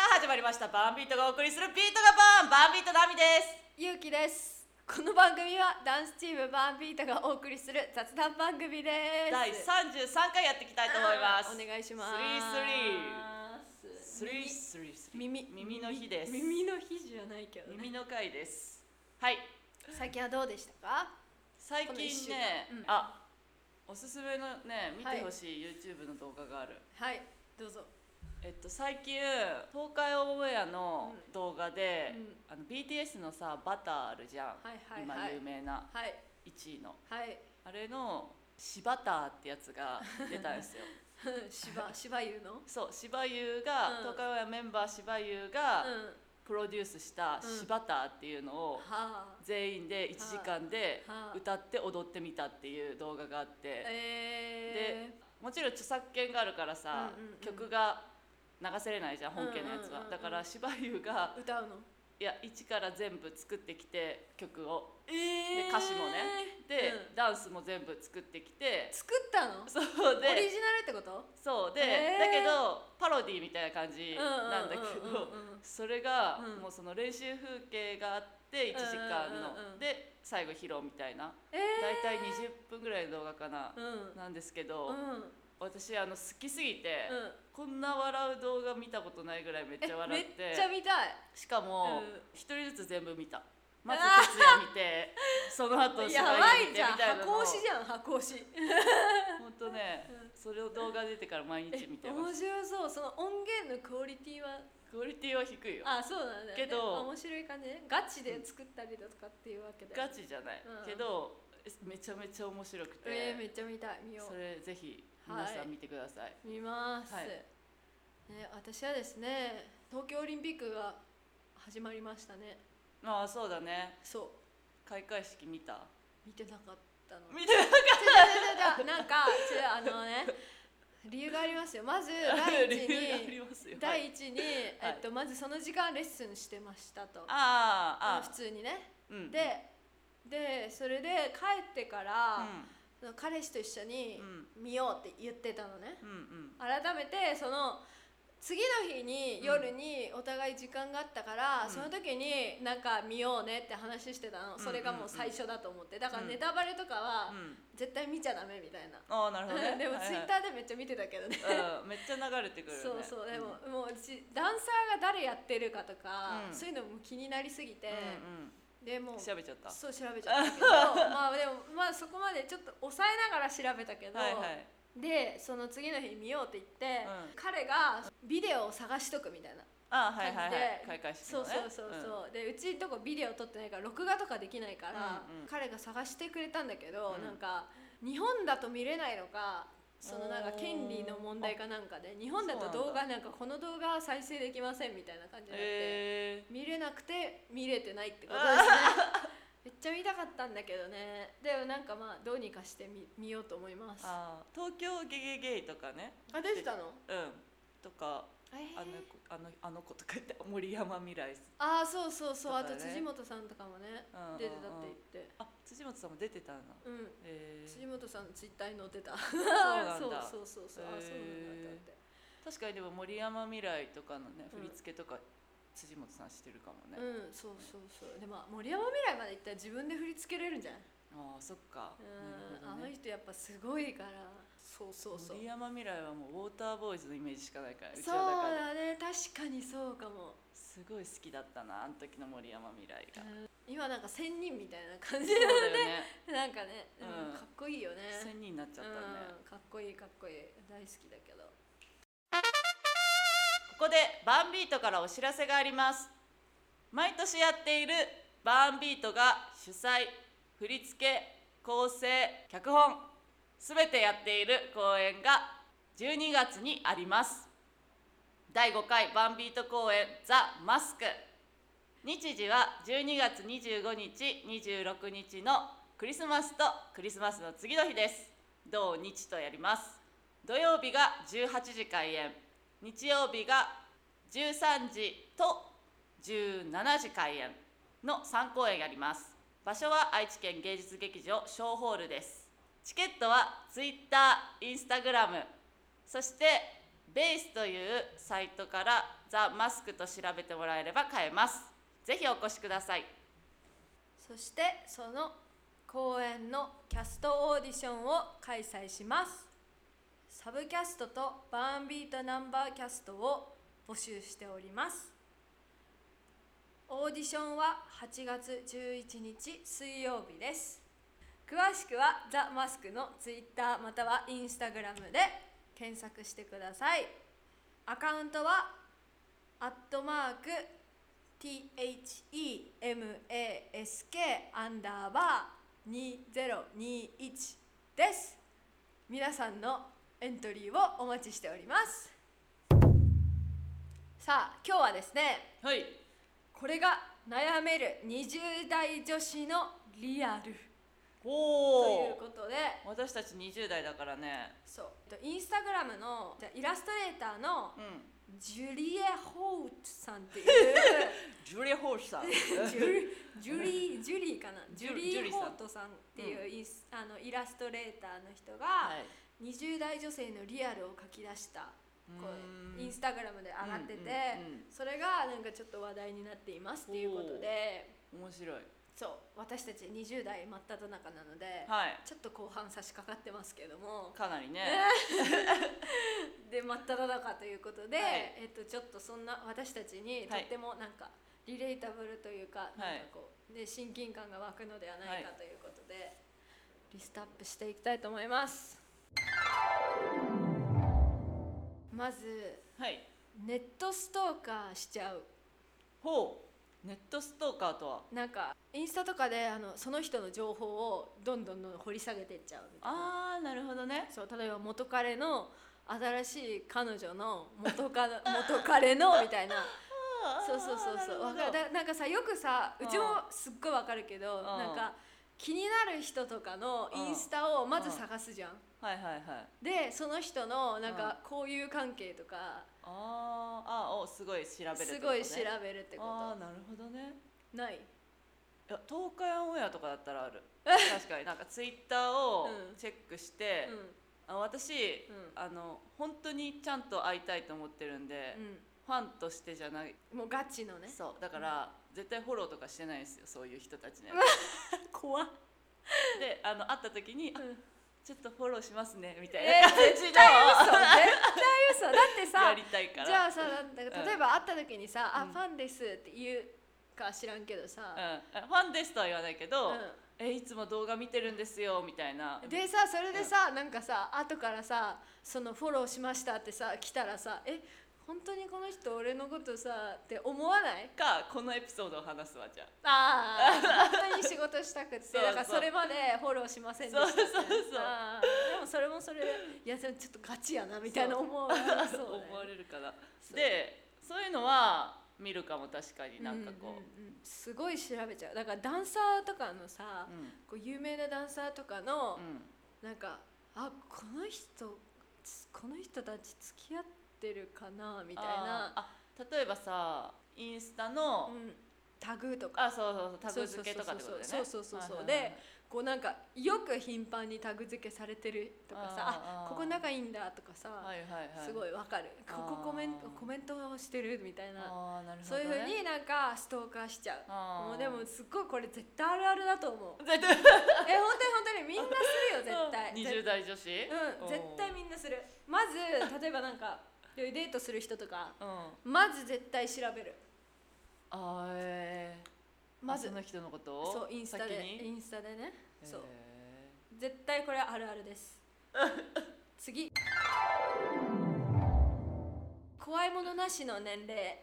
バンビートがお送りするビートがバーンバンビートナミですゆうきですこの番組はダンスチームバーンビートがお送りする雑談番組です第三十三回やっていきたいと思いますお願いしますスリースリースリー耳耳の日です耳の日じゃないけど、ね、耳の回ですはい最近はどうでしたか最この一近週ね間うんあおすすめのね見てほしい YouTube の動画があるはいどうぞえっと最近東海オンエアの動画でうんあの BTS のさバターあるじゃんはいはい今はい有名なはい1位のはい あれのシバターってやつが出たんです よ芝芝優のそう芝優が、うん東海オンエアメンバー芝優がうんはプロデュースした「うんシバター」っていうのをあ全員で1時間ではあ歌って踊ってみたっていう動画があってえでもちろん著作権があるからさ、うんうんうん曲が流せれないじゃん本家のやつは、うんうんうんうんだから芝優がー、歌うのいや一から全部作ってきて曲をえーで歌詞もねで、うんダンスも全部作ってきて作ったのそうオでリジナルってことそうで、へーだけどパロディみたいな感じなんだけどうんうんうんうんうんそれが、うんもうその練習風景があって1時間の、うんうんうんうんで最後披露みたいなえ大体20分ぐらいの動画かな、ー、うんなんですけど、うん私あの好きすぎて、うんこんな笑う動画見たことないぐらいめっちゃ笑ってえめっちゃ見たいしかもうん一、人ずつ全部見た。まずあー徹夜見 てその後芝や居ば見いてじゃんみたいなの箱を推しじゃん箱推し本当ねうそれを動画出てから毎日見てえます面白そうその音源のクオリティはクオリティは低いよあそうなんだよねけどあ面白い感じねガチで作ったりだとかっていうわけでガチじゃない、うんけどめちゃめちゃ面白くて、えー、めっちゃ見たい見よそうれぜひ皆さはいん見てください、見ます、はいね、私はですね東京オリンピックが始まりましたねまあそうだねそう開会式見た見てなかったの見てな違う違う違う違うなんか違うあのね理由がありますよまず第理由一がありにますよはい第一に、えっと、まずその時間レッスンしてましたとあーあ普通にねーうんででそれで帰ってから、その彼氏と一緒に見ようって言ってたのねうんうんうん改めてその次の日に夜にお互い時間があったから、うんその時になんか見ようねって話してたの、それがもう最初だと思ってだからネタバレとかうはん絶対見ちゃダメみたいなああなるほどね でもはいツイッターでめっちゃ見てたけどね。はいうんめっちゃ流れてくるそようねそうでんも、もう私ダンサーが誰やってるかとか、うんそういうのも気になりすぎて、うでもんううん調べちゃったそう調べちゃった けどまあでもまあそこまでちょっと抑えながら調べたけど、はいはいでその次の日見ようって言って、うん彼がビデオを探しとくみたいな、ああはいはいは感いじで開会式そのうねそうそうそう、でうちんとこビデオ撮ってないから録画とかできないから、うんうん彼が探してくれたんだけど、うんなんか日本だと見れないのかそのなんかおー権利の問題かなんかで日本だと動画なんかこの動画は再生できませんみたいな感じになって、え見れなくて見れてないってことですね めっちゃ見たかったんだけどねでもなんかまあどうにかして見見ようと思いますー、あー東京ゲゲゲイとかねあ出てたのうんとかえーあの子あのあの子とか言って森山未来さんああそうそうそう、あととかね辻元さんとかもねうんうんうん出てたって言ってあ辻本さんも出てたんだうんえ辻ー、元さんツイッターに載ってたなんだそうそうそうそう、あそうなんだと思って、確かにでも森山未来とかのねうん振り付けとか辻本さんしてるかもね、あうんそうそうそうでも森山未来まで行ったら自分で振り付けれるんじゃないあーそっかうん、なあるほどのね人やっぱすごいからそうそうそう森山未来はもうウォーターボーイズのイメージしかないからうちそのう中でだね確かにそうかもすごい好きだったなあの時の森山未来が今なんか仙人みたいな感じそうだよね なんかね、うんうんかっこいいよね1000人になっちゃったね、うん、かっこいいかっこいい大好きだけどここでバンビートからお知らせがあります毎年やっているバーンビートが主催振り付け構成脚本すべてやっている公演が12月にあります第5回バーンビート公演ザ・マスク日時は12月25日26日のクリスマスとクリスマスの次の日です同日とやります土曜日が18時開演日曜日が13時と17時開演の3公演やります場所は愛知県芸術劇場小ホールですチケットは Twitter、Instagram そしてベースというサイトからザ・マスクと調べてもらえれば買えますぜひお越しくださいそしてその公演のキャストオーディションを開催しますサブキャストとバーンビートナンバーキャストを募集しておりますオーディションは8月11日水曜日です詳しくはザ・マスクのツイッターまたはインスタグラムで検索してくださいアカウントはアットマーク THEMASK アンダーバー2021です皆さんのエントリーをお待ちしておりますさあ今日はですねはいこれが悩める20代女子のリアルとおいうおことで私たち20代だからねそうインスタグラムのじゃあイラストレーターのうんジュリエ・ホートさんっていうジュリー・ホールさん ジュリジュリージュリーかなジュジュリリジュリー・さんホートさんっていうインス、あのイラストレーターの人はがい20代女性のリアルを書き出したこううんインスタグラムで上がってて、うんうんうんそれがなんかちょっと話題になっていますっていうことで面白いそう私たち20代真っ只中なので、はいちょっと後半差し掛かってますけどもかなりね、で真っ只中ということで、はいえっと、ちょっとそんな私たちにとはいってもなんかリレータブルというか,、いなんかこうね、親近感が湧くのではないかということで、リストアップしていきたいと思います。まずはいネットストーカーしちゃうほうネットストーカーとはなんかインスタとかであのその人の情報をどんどんどんどん掘り下げてっちゃうみたいなあーなるほどねそう例えば元彼の新しい彼女の元カ元彼のみたいなそうそうそうそうわわかるだなんかさよくさうちもすっごいわかるけどんなんか気になる人とかのインスタをまず探すじゃんはいはいはいでその人のなんか交友関係とかあーあーおすごい調べるってすことごねい調べるってこああなるほどねとないいや東海オンエアとかだったらあ る確かになんかツイッターをうんチェックして、うあ私、んあの本当にちゃんと会いたいと思ってるんで、んファンとしてじゃない、うんもうガチのねそうだから、絶対フォローとかしてないんですよそういう人たちね怖っであの会った時 に、あちょっとフォローしますねみたいえなー、感じ絶対嘘絶の対嘘だってやさりたいからじゃあさなんだうん例えば会った時にさ「うんあファンです」って言うか知らんけどさ、うん、ファンですとは言わないけど、うえいつも動画見てるんですよみたいなん でさそれでさ、なんかさ後からさ「そのフォローしました」ってさ来たらさ「え本当にこの人俺のことさ」って思わないかこのエピソードを話すわじゃあああ本当に仕事したくってそうそうだからそれまでフォローしませんでしたっそてうそうそうあーでもそれもそれでいやでもちょっとガチやなみたいな思うそうだよね思われるからそうでそういうのは見るかも確かになんかこう、うんうんうんすごい調べちゃうだからダンサーとかのさ、うんこう有名なダンサーとかの、うんなんかあこの人つこの人たち付き合ってるかなみたいなあーあ例えばさインスタの、うん、タグとかあそうそうそうタグ付けとかってことだよねそうそうそうそうそうそうそはういはいはいでこうなんかよく頻繁にタグ付けされてるとかあさーああーここ仲いいんだとかさ、はいはいはいすごいわかるあこーこコメントコメントをしてるみたいなあーなるほそど、うね、いうふうになんかストーカーしちゃうあーもうでもすっごいこれ絶対あるあるだと思う絶対え本当に本当にみんなす るよ絶対20代女子うん絶対みんなするまず 例えばなんかデートする人とかうんあまず絶対調べるーえー、まあずその人のことをそうインスタで先にインスタでねそうへ絶対これあるあるです 次怖いものなしの年齢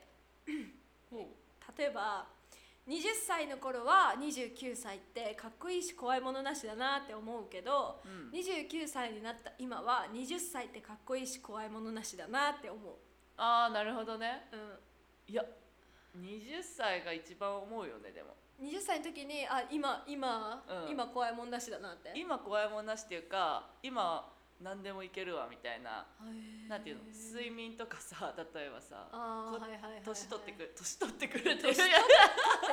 ーほう例えば20歳の頃は29歳ってかっこいいし怖いものなしだなって思うけどうん29歳になった今は20歳ってかっこいいし怖いものなしだなって思う、ああなるほどねういや20歳が一番思うよねでもん、20歳の時にあ今今、うん今怖いものなしだなって今怖いもんなしっていうか今何でもいけるわみたいななんていうの睡眠とかさ例えばさあこーはいはいはいはい年取ってくるる年取ってくるっていう年取っいや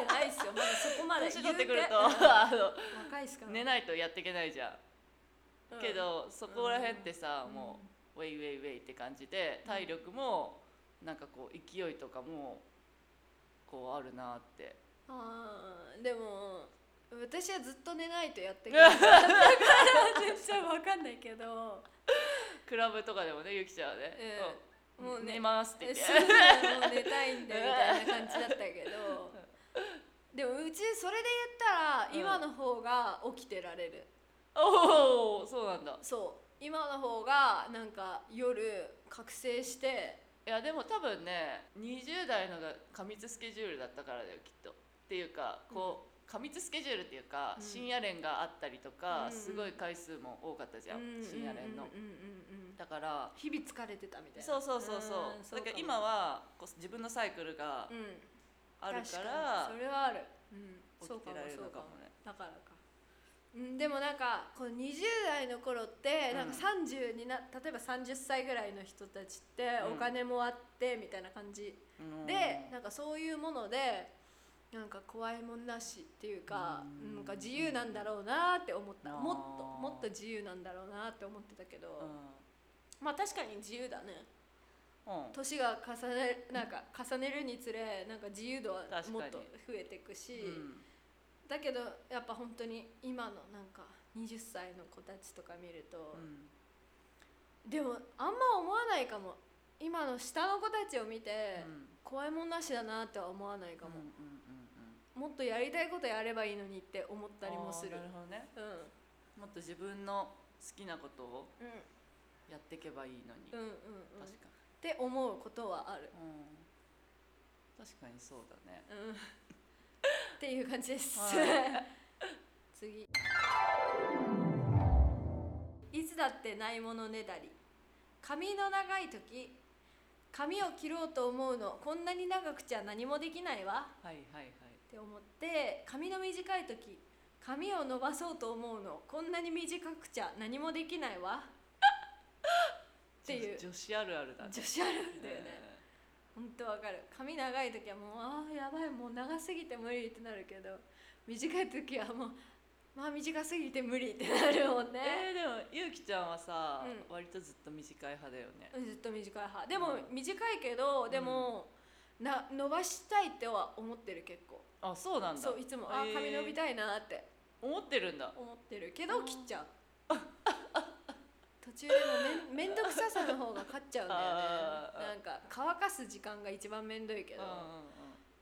ってないっすよまだそこまで 年取ってくると言うてあうん若いっすかのら寝ないとやっていけないじゃん、うんけどそこら辺ってさ、うんもうウェイウェイウェイって感じで体力もなんかこう勢いとかもこうあるなってあーでも私はずっと寝ないとやってくれ なかったから私は分かんないけどクラブとかでもねゆきちゃんはね、うんもうね寝ますってえ言ってそうそうもう寝たいんだみたいな感じだったけどでもうちそれで言ったら今の方が起きてられる、 おおそうなんだそう今の方がなんか夜覚醒していやでも多分ね20代のが過密スケジュールだったからだよきっとっていうかこう、過密スケジュールっていうか、うん深夜練があったりとか、うんうんすごい回数も多かったじゃん、深夜練の、うんうんうんうんだから日々疲れてたみたいなそうそうそうそうだんかかもら今はこう自分のサイクルがうんある確かにらそれはある、うん、起そうきかてもられるそのうかかももねだからか、うん、でもなんかこう20代の頃ってうんなんか30にな、例えば30歳ぐらいの人たちってうんお金もあってみたいな感じ、うんでなんかそういうものでなんか怖いもんなしっていうか、うんなんか自由なんだろうなって思ったあーもっともっと自由なんだろうなって思ってたけど、まあ確かに自由だねうん、うん年が重ねなんか重ねるにつれなんか自由度は確かにもっと増えていくし、うんだけどやっぱ本当に今のなんか20歳の子たちとか見ると、うんでもあんま思わないかも今の下の子たちを見て、うん怖いもんなしだなっては思わないかも、うんうんうんもっとやりたいことやればいいのにって思ったりもするあーなるほどねうんもっと自分の好きなことをうんやっていけばいいのに、うんうんうんっ確かて思うことはある、に、うん、確かにそうだねうん、っていう感じです、は次いつだってないものねだり髪の長い時髪を切ろうと思うのこんなに長くちゃ何もできないわはいはいはいって思って髪の短い時髪を伸ばそうと思うのこんなに短くちゃ何もできないわっていう女女子あるあるだね女子あるあるだよねえ本当わかる髪長い時はもうああやばいもう長すぎて無理ってなるけど短い時はもうまあ短すぎて無理ってなるもんねー、えーでもゆうきちゃんはさ、う割とずっと短い派だよねずっと短い派でもうん短いけどでも、な伸ばしたいっては思ってる結構あそうなんだそういつもあへー髪伸びたいなって思ってるんだ思ってるけあどー切っちゃう途中で もめんめんどくささの方が勝っちゃうんだあよねなんか乾かす時間が一番めんどいけうんど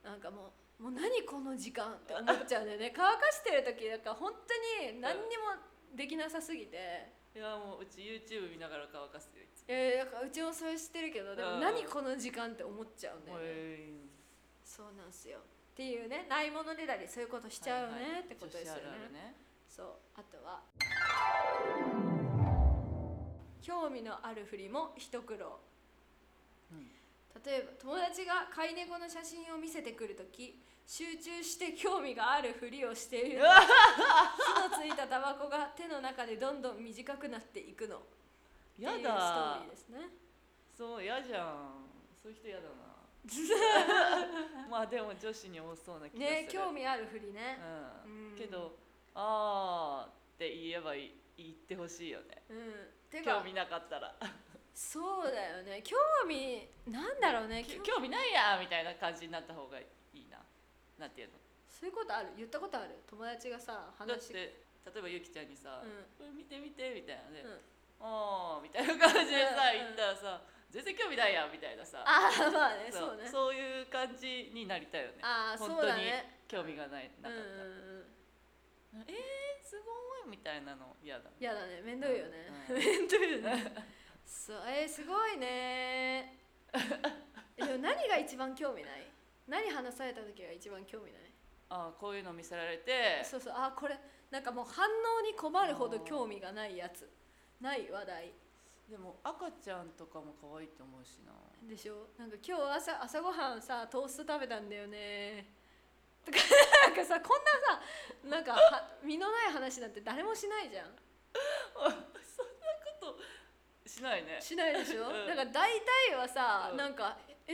うんなんかもうもう何この時間って思っちゃうんだよ ね乾かしてる時なんか本当に何にもできなさすぎて、うんいやもううち YouTube 見ながら乾かすよいつもえー、なんかうちもそれしてるけどでうもん何この時間って思っちゃうんだよね、へーそうなんすよっていうねないものねだりそういうことしちゃうよね、はいはいってことですよね女子あるあるねそうあとは興味のあるふりも一苦労うん例えば友達が飼い猫の写真を見せてくるとき集中して興味があるふりをしていると 火のついたタバコが手の中でどんどん短くなっていくのやっていうスだトーリーですねそうやじゃんそういう人やだ なまあでも女子に多そうな気がするね興味あるふりね、うんうんけど「あー」って言えばいい言ってほしいよねうんてか興味なかったらそうだよね興味なんだろう「ねき興興味ないや」みたいな感じになった方がいいななんていうのそういうことある言ったことある友達がさだっ話て例えばゆきちゃんにさうん「これ見て見て」みたいなねうん「あー」みたいな感じでさうんうん言ったらさ「全然興味ないや」みたいなさああまあねそうねそういう感じになりたいよねああ本そう当だにね興味がないなかっうたんうらんうんえー、すごいみたいなの嫌だやだねめんどいよね、うん めんどいよねそうえー、すごいねでも何が一番興味ない何話された時が一番興味ないあーこういうの見せられてそうそうあーこれなんかもう反応に困るほど興味がないやつない話題でも赤ちゃんとかも可愛いと思うしなでしょなんか今日朝朝ごはんさトースト食べたんだよねとかなんかさこんなさなんかは身のない話なんて誰もしないじゃんしないねしないでしょ、うんなんか大体はさ、うんなんかえ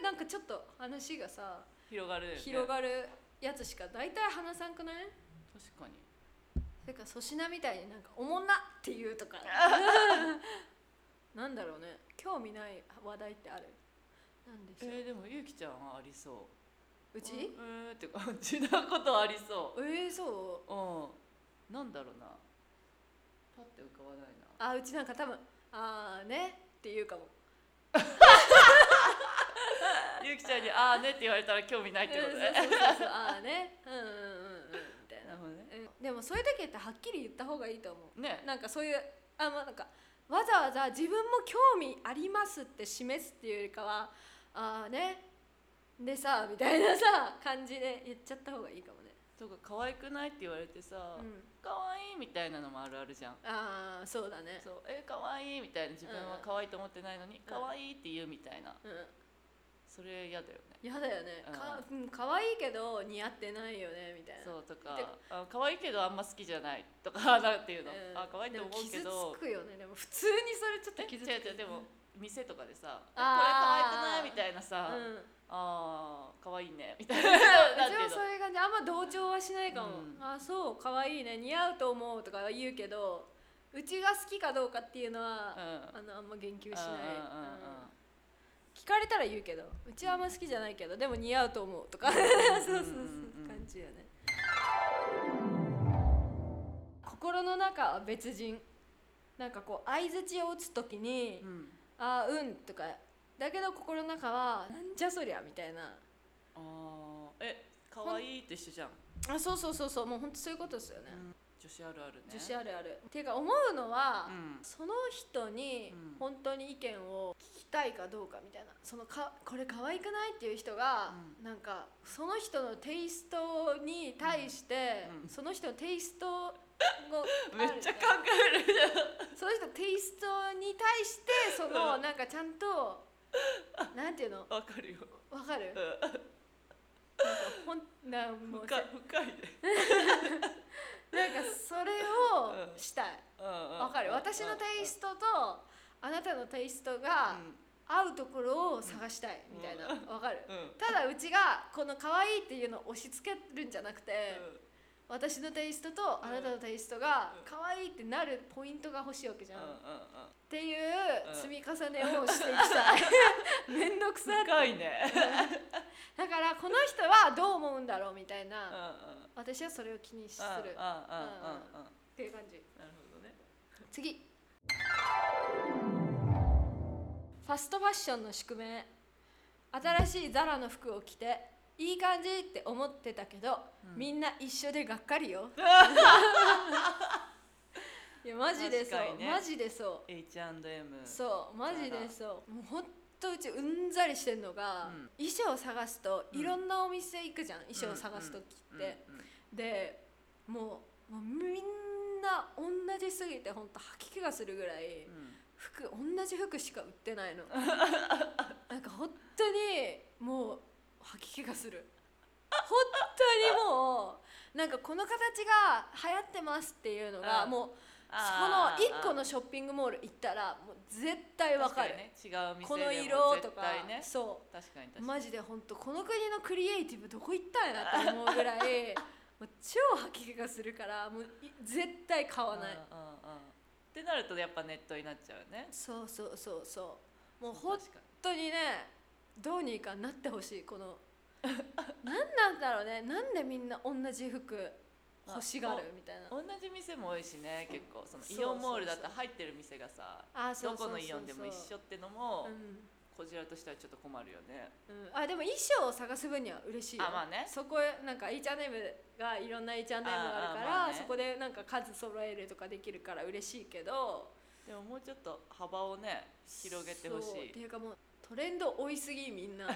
ー、なんかちょっと話がさ広がるよね広がるやつしか大体話さんくない確かになんか粗品みたいになんか「おもんな!」って言うとかなんだろうね興味ない話題ってあるなんでしょう、えー、でもゆきちゃんはありそううち、えー、って感じなことありそえー、そうううんなんだろうなパッて浮かばないなあうちなんか多分あーねって言うかもゆきちゃんに「ああね」って言われたら興味ないってことねうんそうそうそうあーねうんうんうんうんみたいななる、ほどねうん、でもそういう時ってはっきり言った方がいいと思うねなんかそういうあまあなんかわざわざ自分も興味ありますって示すっていうよりかはああねでさみたいなさ感じで言っちゃった方がいいかもね、とか可愛くないって言われてさうん、 「可愛いみたいなのもあるあるじゃんああそうだねそう「え可愛いみたいな自分は可愛いと思ってないのに「可愛いって言うみたいなうんそれ嫌だよね嫌だよねか,、うん、可愛いけど似合ってないよねみたいなそうとでか「あ可愛いけどあんま好きじゃない」とかなんていうの「うんあ可愛いと思うけでもど傷つくよねでも普通にそれちょっとえ傷つく違う違うでも店とかでさ「えこれあー可愛くない?」みたいなうんさう「あー可愛いね」みたいちななんていはうのそういう感じあんま同調はしないかも、うんあそう可愛いね似合うと思うとかは言うけどうちが好きかどうかっていうのは、うんあのあんま言及しない、うんうんうんうんうん聞かれたら言うけどうちはあんま好きじゃないけどでも似合うと思うとかそう そうそううん感じよね心の中は別人なんかこう相づちを打つ時にうん「ああうん」とかだけど心の中は「なんじゃそりゃ」みたいなあーえ可愛いと一緒じゃん、あそうそうそうそうもうほんとそういうことですよね、うん女子あるあるね女子あるあるていうか思うのは、うんその人にうん本当に意見を聞きたいかどうかみたいなそのかこれ可愛くないっていう人が、なんかその人のテイストに対して、うんうんその人のテイストの めっちゃ考えるその人のテイストに対してそのうんなんかちゃんとなんていうのわかるよわかるう、んほんなんもう深い深いねなんかそれをしたいわわかる私のテイストとあなたのテイストが合うところを探したいみたいなわかるうんうんうんただうちがこの可愛いっていうのを押し付けるんじゃなくて私のテイストとあなたのテイストがうん可愛いってなるポイントが欲しいわけじゃんっうんうんうんていううん積み重ねをしていきたい めんどくさい深いねだからこの人はどう思うんだろうみたいうんうなん私はそれを気にすうんうんるうんうんうんっていう感じなるほどね次ファストファッションの宿命新しいザラの服を着ていい感じって思ってたけど、うんみんな一緒でがっか りよいやマジでそ確かう、にねマジでそ H&M うそうマジでそうもうほんとうちうんざりしてんのが、うん衣装を探すとうんいろんなお店行くじゃん、衣装を探す時って、うんうんでもうもうみんな同じすぎてほんと吐き気がするぐらい、うん服同じ服しか売ってな いのなんか本当にもう吐き気がする本当にもうなんかこの形が流行ってますっていうのがうんもうそのあー1個のショッピングモール行ったらもう絶対わかる確にね違う店こでのも色と絶か対ねそう確かに確かにマジで本当この国のクリエイティブどこ行ったんやなって思うぐ らいもう超吐き気がするからもうい絶対買わない、うんうんうんってなるとやっぱネットになっちゃうねそうそうそうそうもうほ本当にねどうにかなってほしいこ の何なんだろうねなんでみんな同じ服欲しがるみたいな同じ店も多いしね結構そのそうイオンモールだっそたうら入ってる店がさあどこのイオンでも一緒ってのもうこじらとしてはちょっと困るよねん、うん、あでも衣装を探す分には嬉しいよあまあねそこへなんか H&M がいろんな H&M あーあーまあがあるからねそこでなんか数揃えるとかできるから嬉しいけどでももうちょっと幅をね広げてほしそういっていうかもうトレンド追いすぎみ んな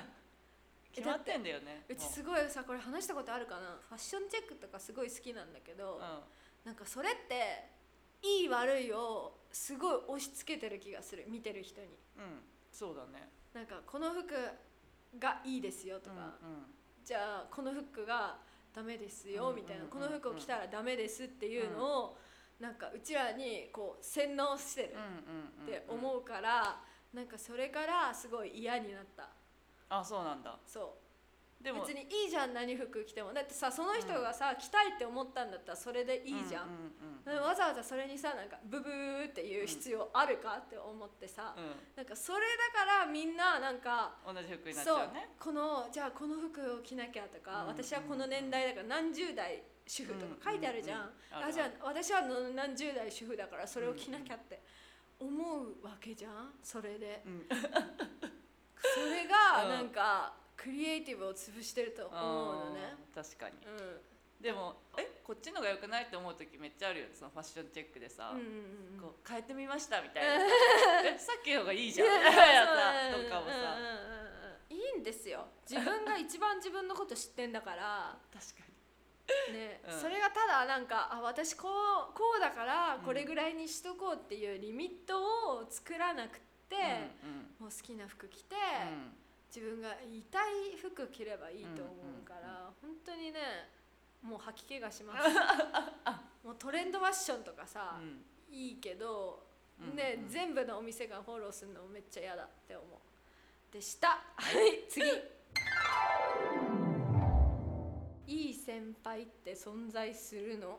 決まってんだよねうちもすごいさこれ話したことあるかなファッションチェックとかすごい好きなんだけど、ううんなんかそれっていい悪いをすごい押し付けてる気がする見てる人にうんそうだねなんかこの服がいいですよとか、うんうんじゃあこの服がダメですようんみたいな、うんこの服を着たらダメですっていうのを、なんかうちらにこう洗脳してるうんうんうんって思うから、なんかそれからすごい嫌になったあそうなんだそでも別にいいじゃん何服着てもだってさその人がさ、着たいって思ったんだったらそれでいいじゃんう、でわざわざそれにさなんかブブーっていう必要あるかって思ってさ、うんうんなんかそれだからみんななんかうん同じ服になっちゃそううねこのじゃあこの服を着なきゃとか、うん私はこの年代だから何十代主婦とか書いてあるじゃん,、うんうんうんあじゃあ私はの何十代主婦だからそれを着なきゃって思うわけじゃんそれでうんそれうがんなんかクリエイティブを潰してると思うのねあー確かにうんでもえこっちのが良くないって思う時めっちゃあるよねそのファッションチェックでさ、うんうんうんこう変えてみましたみたい なさえさっきの方がいいじゃんいやみたいなさそうとかもさうんうんうんうんいいんですよ自分が一番自分のこと知ってんだから確かにね、うんそれがただなんかあ私こうこうだからこれぐらいにしとこうっていうリミットを作らなくって、うんうんもう好きな服着て、うん自分が言いたい服着ればいいと思うから、本当にねもう吐き気が しますもうトレンドファッションとかさ、いいけど、うんねうん全部のお店がフォローするのめっちゃ嫌だって思うでしたはい 次いい先輩って存在するの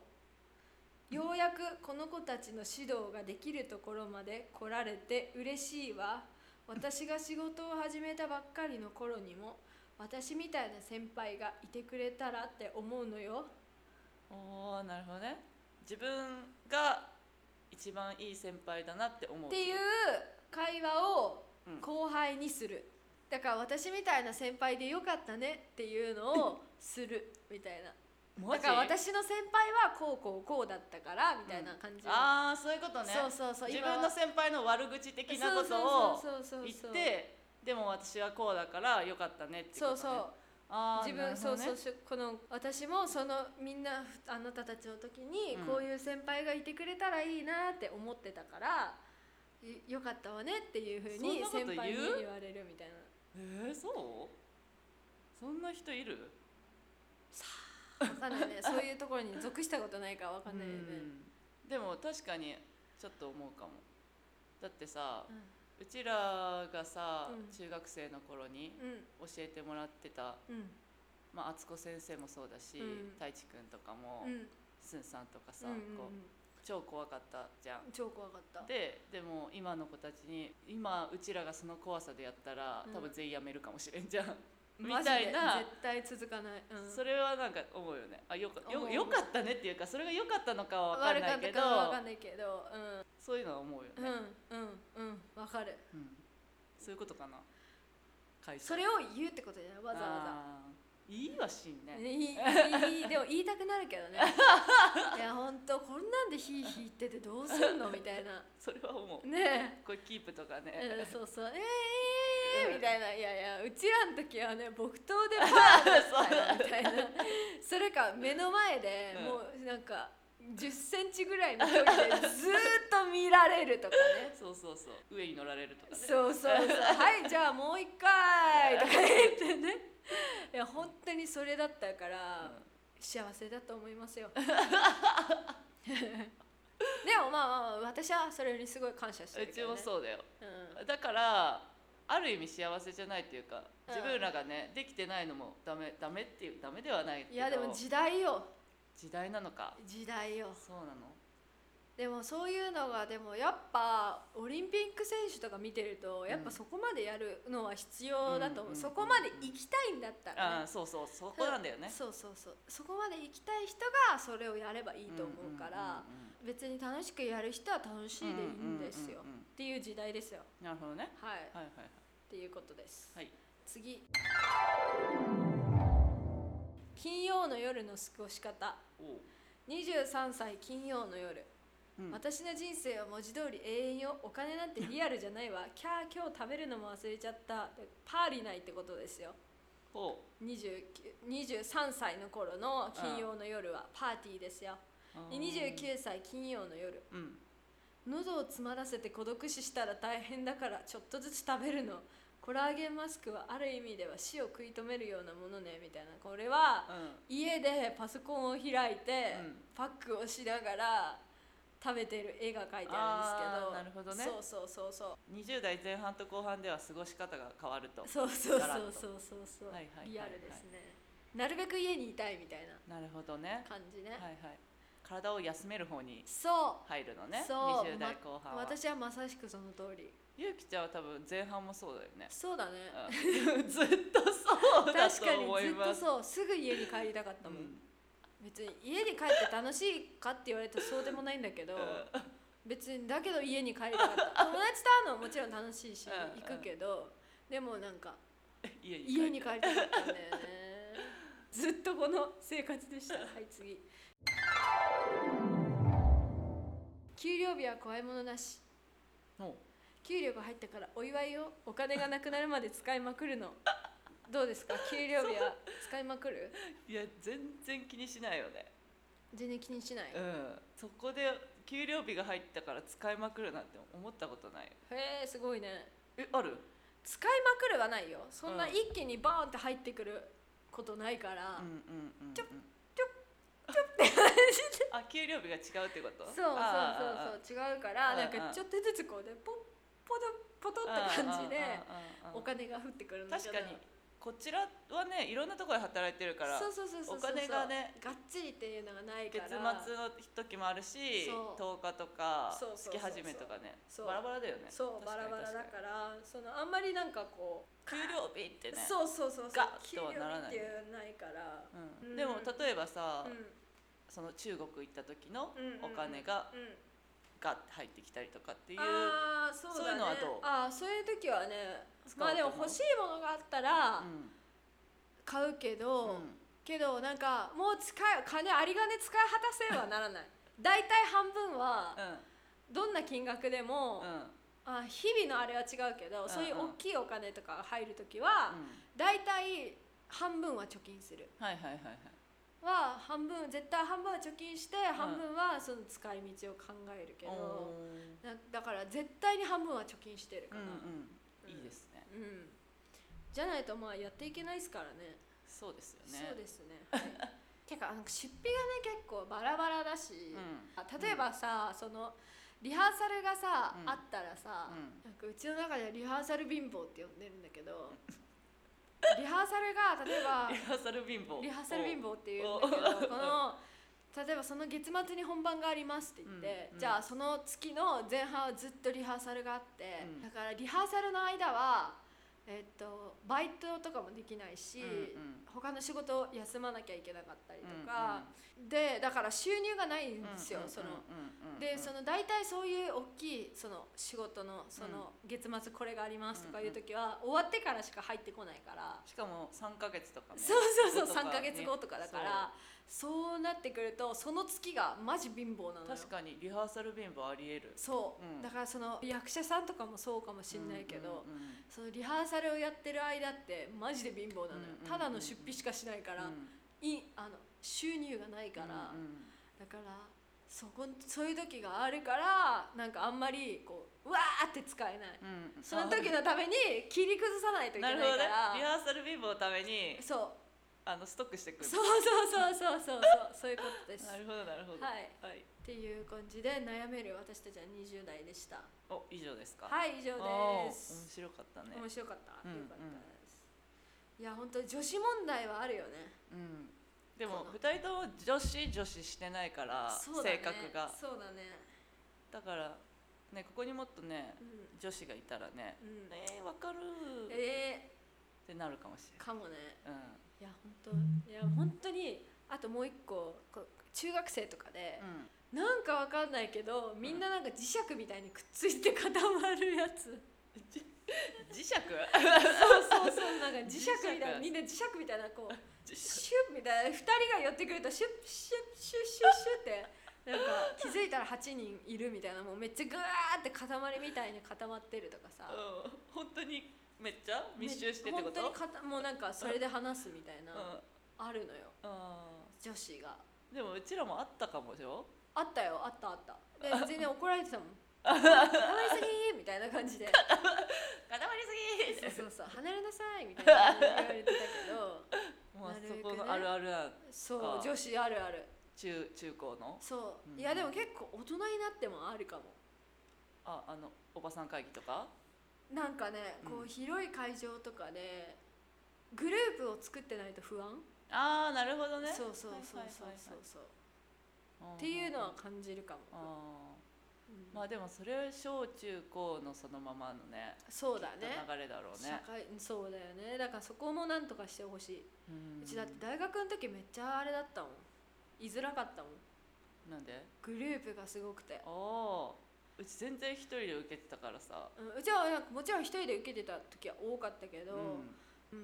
ようやくこの子たちの指導ができるところまで来られて嬉しいわ私が仕事を始めたばっかりの頃にも私みたいな先輩がいてくれたらって思うのよおーなるほどね自分が一番いい先輩だなって思うっていう会話を後輩にする、だから私みたいな先輩でよかったねっていうのをするみたいなマだジから私の先輩はこうこうこうだったからみたいな感じ、ああそういうことねそうそうそう自今は分の先輩の悪口的なことをそうそうそう言っそうてでも私はこうだからよかったねっていうそこと、うね、そうあー自なるほ分そどうねそうしこの私もそのみんなあなたたちの時にうんこういう先輩がいてくれたらいいなって思ってたから、いよかったわねっていうふうにそんなこと言先う輩に言われるみたいなえー、そうそんな人いるわかんないねそういうところに属したことないからわかんないよね、うんでも確かにちょっと思うかもだってさうんうちらがさ、うん中学生の頃にうん教えてもらってた、うんまあ敦子先生もそうだし、うん太一くんとかも、うんすんさんとかさ、うんこう超怖かったじゃん超怖かったででも今の子たちに今うちらがその怖さでやったらうん多分全員やめるかもしれんじゃん、みマジでたいな絶対続かない、うん、それはなんか思うよねあよか思ようよかったねっていうかそれが良かったのかは分かんないけど悪かったかわかんないけどそういうのは思うようんね、うんうんうんわかるうんそういうことかな会社それを言うってことじゃないわざわざあーいいわしんねいいいいでも言いたくなるけどねいやほんとこんなんでヒーヒー言っててどうすんのみたいなそれは思うねこれキープとかね、え、うん、そうそうえー、うんみたいないやいやうちらの時はね木刀でパーだったよみたいなそれか目の前でうんもうなんか1 0ンチぐらいの距離でずーっと見られるとかねそうそうそう上に乗られるとかねそうそうそうはいじゃあもう一回とか言ってねいや本当にそれだったかうら、ん幸せだと思いますよでもまあまあまあ私はそれにすごい感謝してうるけちど、ね、もそうだようん、だからある意味幸せじゃないっていうかうん自分らがね、できてないのもダメダメっていうダメではないけどいやでも時代よ時代なのか時代よそうなのでもそういうのがでもやっぱオリンピック選手とか見てるとやっぱそこまでやるのは必要だと思う、うんそこまで行きたいんだったらあねあそうそうそこなんだよねそうそうそうそこまで行きたい人がそれをやればいいと思うから、んうんうんうん別に楽しくやる人は楽しいでいいんですよ、うんうんうんうんっていう時代ですよなるほどねはい、っはいはいはいていうことです、はい次金曜の夜の過ごし方おう23歳金曜の夜、うん私の人生は文字通り永遠よお金なんてリアルじゃな いわキャー今日食べるのも忘れちゃったでパーリないってことですよおう29 23歳の頃の金曜の夜はパーティーですよあでー29歳金曜の夜うん喉を詰まらせて孤独死したら大変だからちょっとずつ食べるのコラーゲンマスクはある意味では死を食い止めるようなものねみたいなこれはうん家でパソコンを開いて、うんパックをしながら食べてる絵が描いてあーあるんですけどなるほどねそうそうそうそう20代前半と後半では過ごし方が変わるとそうそうそうガラッとそうそうそう、はいはいはいはいリアルですねなるべく家にいたいみたいななるほどね感じね、はいはい体を休める方にそ入るのねそう20代後う半は、私はまさしくその通りゆうきちゃんは多分前半もそうだよねそうだね、うんずっとそう確だかと思にいずっとますそうすぐ家に帰りたかったもん、別に家に帰って楽しいかって言われたらそうでもないんだけど、別にだけど家に帰りたかった友達と会うのはもちろん楽しいしうん行くけどでもなんか家に家に帰帰りたかったんだよねずっとこの生活でした はい次給料日は怖いものなしも給料が入ったからお祝いをお金がなくなるまで使いまくるのどうです か給料日は使いまくるういや全然気にしないよね、全然気にしない、うへん、そこで給料日が入ったから使いまくるなんて思ったことないよえすごいねえある使いまくるはないよそんなうん一気にバーンって入ってくることないから、うんうんうんうんちょっあ給料日が違うってことそうそうあそうそう違うからうんなんうかんちょっとずつこうねポッポドポトーっあーて感じであーあーあーお金が降ってくるの確かにこちらはねいろんなところで働いてるからそうそうそうそうそうお金がねがっちりっていうのがないか月ら末の時もあるしそ10日とかそうそうそう月始めとかねそうバラバラだよねそうバ確ラバにラだ確からそのあんまりなんかこうかに給料日ってねそうそうそうそうガッ給と料は日ならっないていうないからううんんでも例えばさうんその中国行った時のうんうんお金がうんガッて入ってきたりとかっていうああそうだそういねうのはどうああそういう時はね使うまあでもと思う欲しいものがあったらうん買うけうど、んけどなんかもう使い金あり金使い果たせはならない大体半分はどんな金額でも、うんあ日々のあれは違うけど、うんそういう大きいお金とかが入る時は、うん大体半分は貯金するはいはいはいはいは半分絶対半分は貯金して、ん半分はその使い道を考えるけおーどなだから絶対に半分は貯金してるかうんら、うんいいですねうんじゃないとまあやっていけないですからねそうですよねそうですね、はい、てかあの出費がね結構バラバラだし、うんあ例えばさ、そのリハーサルがさ、うんあったらさ、うんなんかうちの中ではリハーサル貧乏って呼んでるんだけどリハーサルが例えば リハーサル貧乏リハーサル貧乏乏っていうんだけどこの例えばその月末に本番がありますって言って、うんうんじゃあその月の前半はずっとリハーサルがあって、うんだからリハーサルの間は、えっとバイトとかもできないし、うんうん他の仕事を休まなきゃいけなかったりとか、でだから収入がないんですよ、その。でそのの大体そういう大きいその仕事のその月末これがありますとかいう時は終わってからしか入ってこないから、しかも三ヶ月とかねそうそ後うそうとか3ねか月後とかだからそうなってくるとその月がマジ貧乏なのよ確かにリハーサル貧乏ありえるそう、うんだからその役者さんとかもそうかもしんないけど、うんうんうんそのリハーサルをやってる間ってマジで貧乏なのよ、うんうんうんうんただの出費しかしないから、うんいあの収入がないから、うんうんだからそこそういう時があるからなんかあんまりこううわーって使えない、うんその時のために切り崩さないといけなないるかほどねら、リハーサル貧乏のためにそうあのストックしてくるそうそうそうそう そうそうそういうことですなるほどなるほどはいはいっていう感じで悩める私たちは20代でしたお以上ですかいはい以上です、面白かったね面白かった、うんよかったですいや本当に女子問題はあるよねうんでもこの二人とも女子女子してないからそうだね性格がそうだねだからねここにもっとねう女子がいたらねん、うん、えーわかるーっえてなるかもしれー、かもねないいや本当いや本当にあともう一個こう中学生とかでう、んうんなんかわかんないけどみんななんか磁石みたいにくっついて固まるやつ、磁石 そうそうそうなんか磁石みたいな磁石みんな磁石みたいなこう磁石シュッみたいな2人が寄ってくるとシュッシュッシュッシュッシュッってなんか気づいたら8人いるみたいなもうめっちゃグワーって塊みたいに固まってるとかさうん本当にめっちゃ密集してってことめ本当に固もうなんかそれで話すみたいなあるのようんあ女子がーでもうちらもあったかもでしょあったよあったあった で全然怒られてたもん「かわいすぎ!」みたいな感じで固まりすそうぎそうそう離れなさいみたいな感じで言われてたけど もうなるべくねそこのあるあるはそうあ女子あるある中中高のそう、うんいやでも結構大人になってもあるかもああのおばさん会議とかなんかねうんこう広い会場とかでグループを作ってないと不安、ああなるほどねそうそうそうそうそうそうっっていうのは感じるかも、あうんーまあでもそれは小中高のそのままのねそうだねきっと流れだろう社ね会そうだよねだからそこもなんとかしてほしい、ううちだって大学の時めっちゃあれだったもん居づらかったもんなんでグループがすごくて、ああうち全然一人で受けてたからさうん、うちはなんかもちろん一人で受けてた時は多かったけど、うん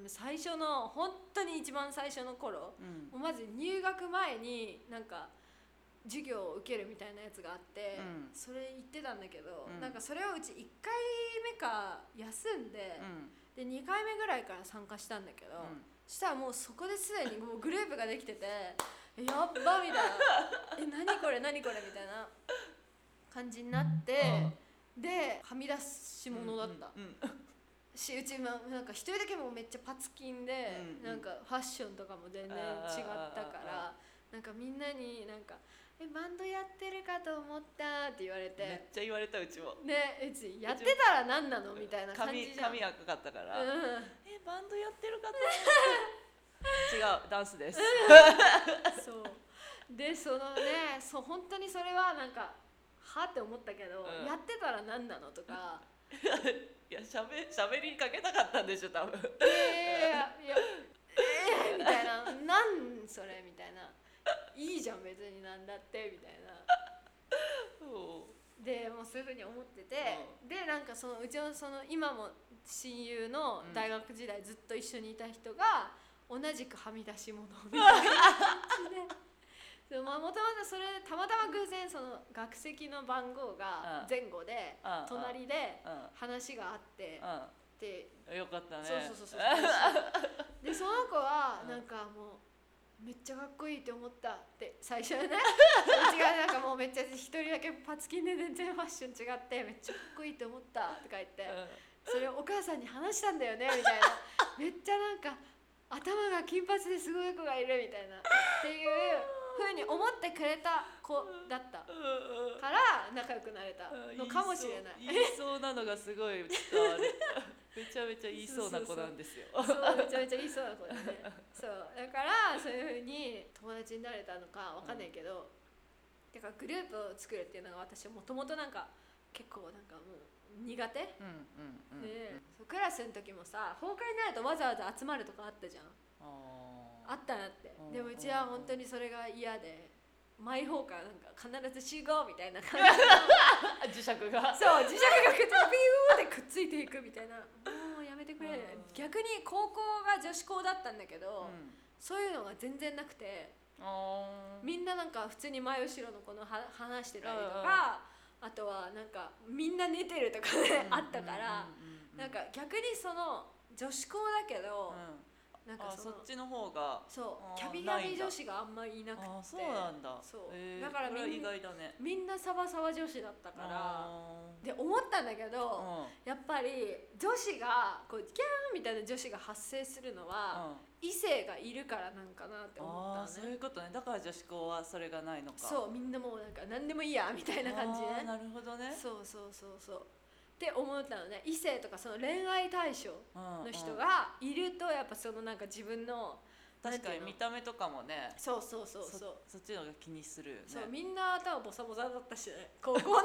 最初の本当に一番最初の頃うんうんもうまず入学前になんか授業を受けるみたいなやつがあって、うんそれ行ってたんだけど、うんなんかそれをうち1回目か休んでう,、んで2回目ぐらいから参加したんだけど、したらもうそこですでにもうグループができてて「えやっば」みたいな「え何これ何これ」みたいな感じになって、ではみ出しうん物だった、うんうんしうちまなんか一人だけもうめっちゃパツキンで、うんうんなんかファッションとかも全然違ったかあらなんかみんなになんか「えバンドやってるかと思った」って言わめっれてちゃ言われたうちも「ねうちやってたら何なの?」みたいな感髪じじゃん。髪赤かったから、えうんバンドやってる かと思った違うダンスです、 そうでそのねそう本当にそれはなんかはって思ったけど、うんやってたら何なのと かいやしゃべしゃべりかけたかったんでしょ多 分えー、いやえー、みたいな「なんそれ」みたいな「いいじゃん別になんだって」みたいなそでもうそういうふうに思ってて、でなんかそのうちのその今も親友のうん大学時代ずっと一緒にいた人が同じくはみ出し物 みたいな感じでそうまあもともとそれたまたま偶然その学籍の番号うがん前後でうん隣でううん話があってでうんよかったねそうそうそうそうそうでその子はうんなんかもうめっちゃかっこいいって思ったって最初はねうちがなんかもうめっちゃ一人だけパツキンで全然ファッション違ってめっちゃかっこいいって思ったとか言ってそれをお母さんに話したんだよねみたいなめっちゃなんか頭が金髪ですごい子がいるみたいなっていうふうに思ってくれた子だったうんうんから仲良くなれたうんのかもしれない。言いそう言いそうなのがすごい伝わる めちゃめちゃ言いそうな子なんですよ そうめちゃめちゃ言いそうな子だねそうだからそういうふうに友達になれたのかわかんないけど、だからグループを作るっていうのが私はもともとなんか結構なんかもう苦手、ねうんうんうんえそうクラスの時もさ崩壊になるとわざわざ集まるとかあったじゃんああったなってうんでもうちは本当にそれが嫌で毎方からなんか必ず集合みたいな感じ ー磁石がそう磁石がくっついてビューってくっついていくみたいなもうやめてくれうん逆に高校が女子校だったんだけうど、んそういうのが全然なくてあーみんななんか普通に前後ろの子のは話してたりとか、あとはなんかみんな寝てるとかねあったから、うんうんううなんか逆にその女子校だけど、うなんんあかそそのっちの方がそうあーキャビキャないビんだ女子があんまりいなくてあそうなんだそうへーだからそれはみん意外だねみんなサバサバ女子だったからあで思ったんだけーど、やっぱり女子がこうキャーみたいな女子が発生するのうんは、うん異性がいるからなんかなって思あっーたそのういねうことねだから女子校はそれがないのかそうみんなもうなんか何でもいいやみたいな感じあーねなるほどねそうそうそうそうって思ったのね異性とかその恋愛対象のの人がいるとやっぱそのなんか自分の確かになんてい見うのた目とかもねそうそうそうそうそう,、そっちの方が気にするよねみんな頭ボサボサだったしね高校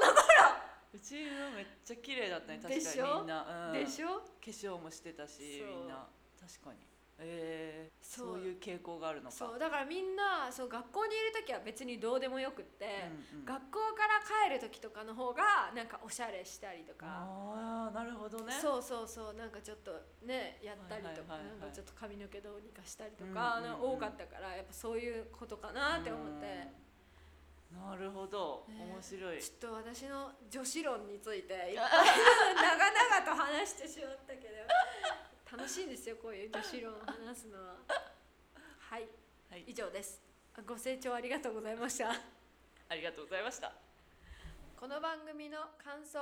うちのめっちゃ綺麗だったね確でしょかにみんな、うのん、でしょ化粧もしてたしそうみんな確かにえー、そうそういう傾向があるのかそうだからみんなそう学校にいる時は別にどうでもよくって、うんうん学校から帰る時とかの方がなんかおしゃれしたりとかああなるほどねそうそうそうなんかちょっとねやったりとか、はいはいはいはいなんかちょっと髪の毛どうにかしたりとうんか,、うんうんなんか多かったからやっぱそういうことかなって思って、うんなるほど、ね面白いちょっと私の女子論についていっぱい 長々と話してしまったけど楽しいんですよこういう女子論を話すのははいはい以上ですあご清聴ありがとうございましたありがとうございましたこの番組の感想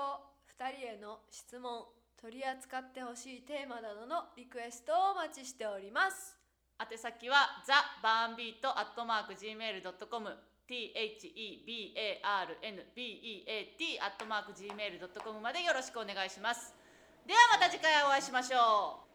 2人への質問取り扱ってほしいテーマなどのリクエストをお待ちしております宛先は t h e b u r n b e a t g m a i l c o m thebarnbeat アットマーク gmail.com までよろしくお願いしますではまた次回お会いしましょ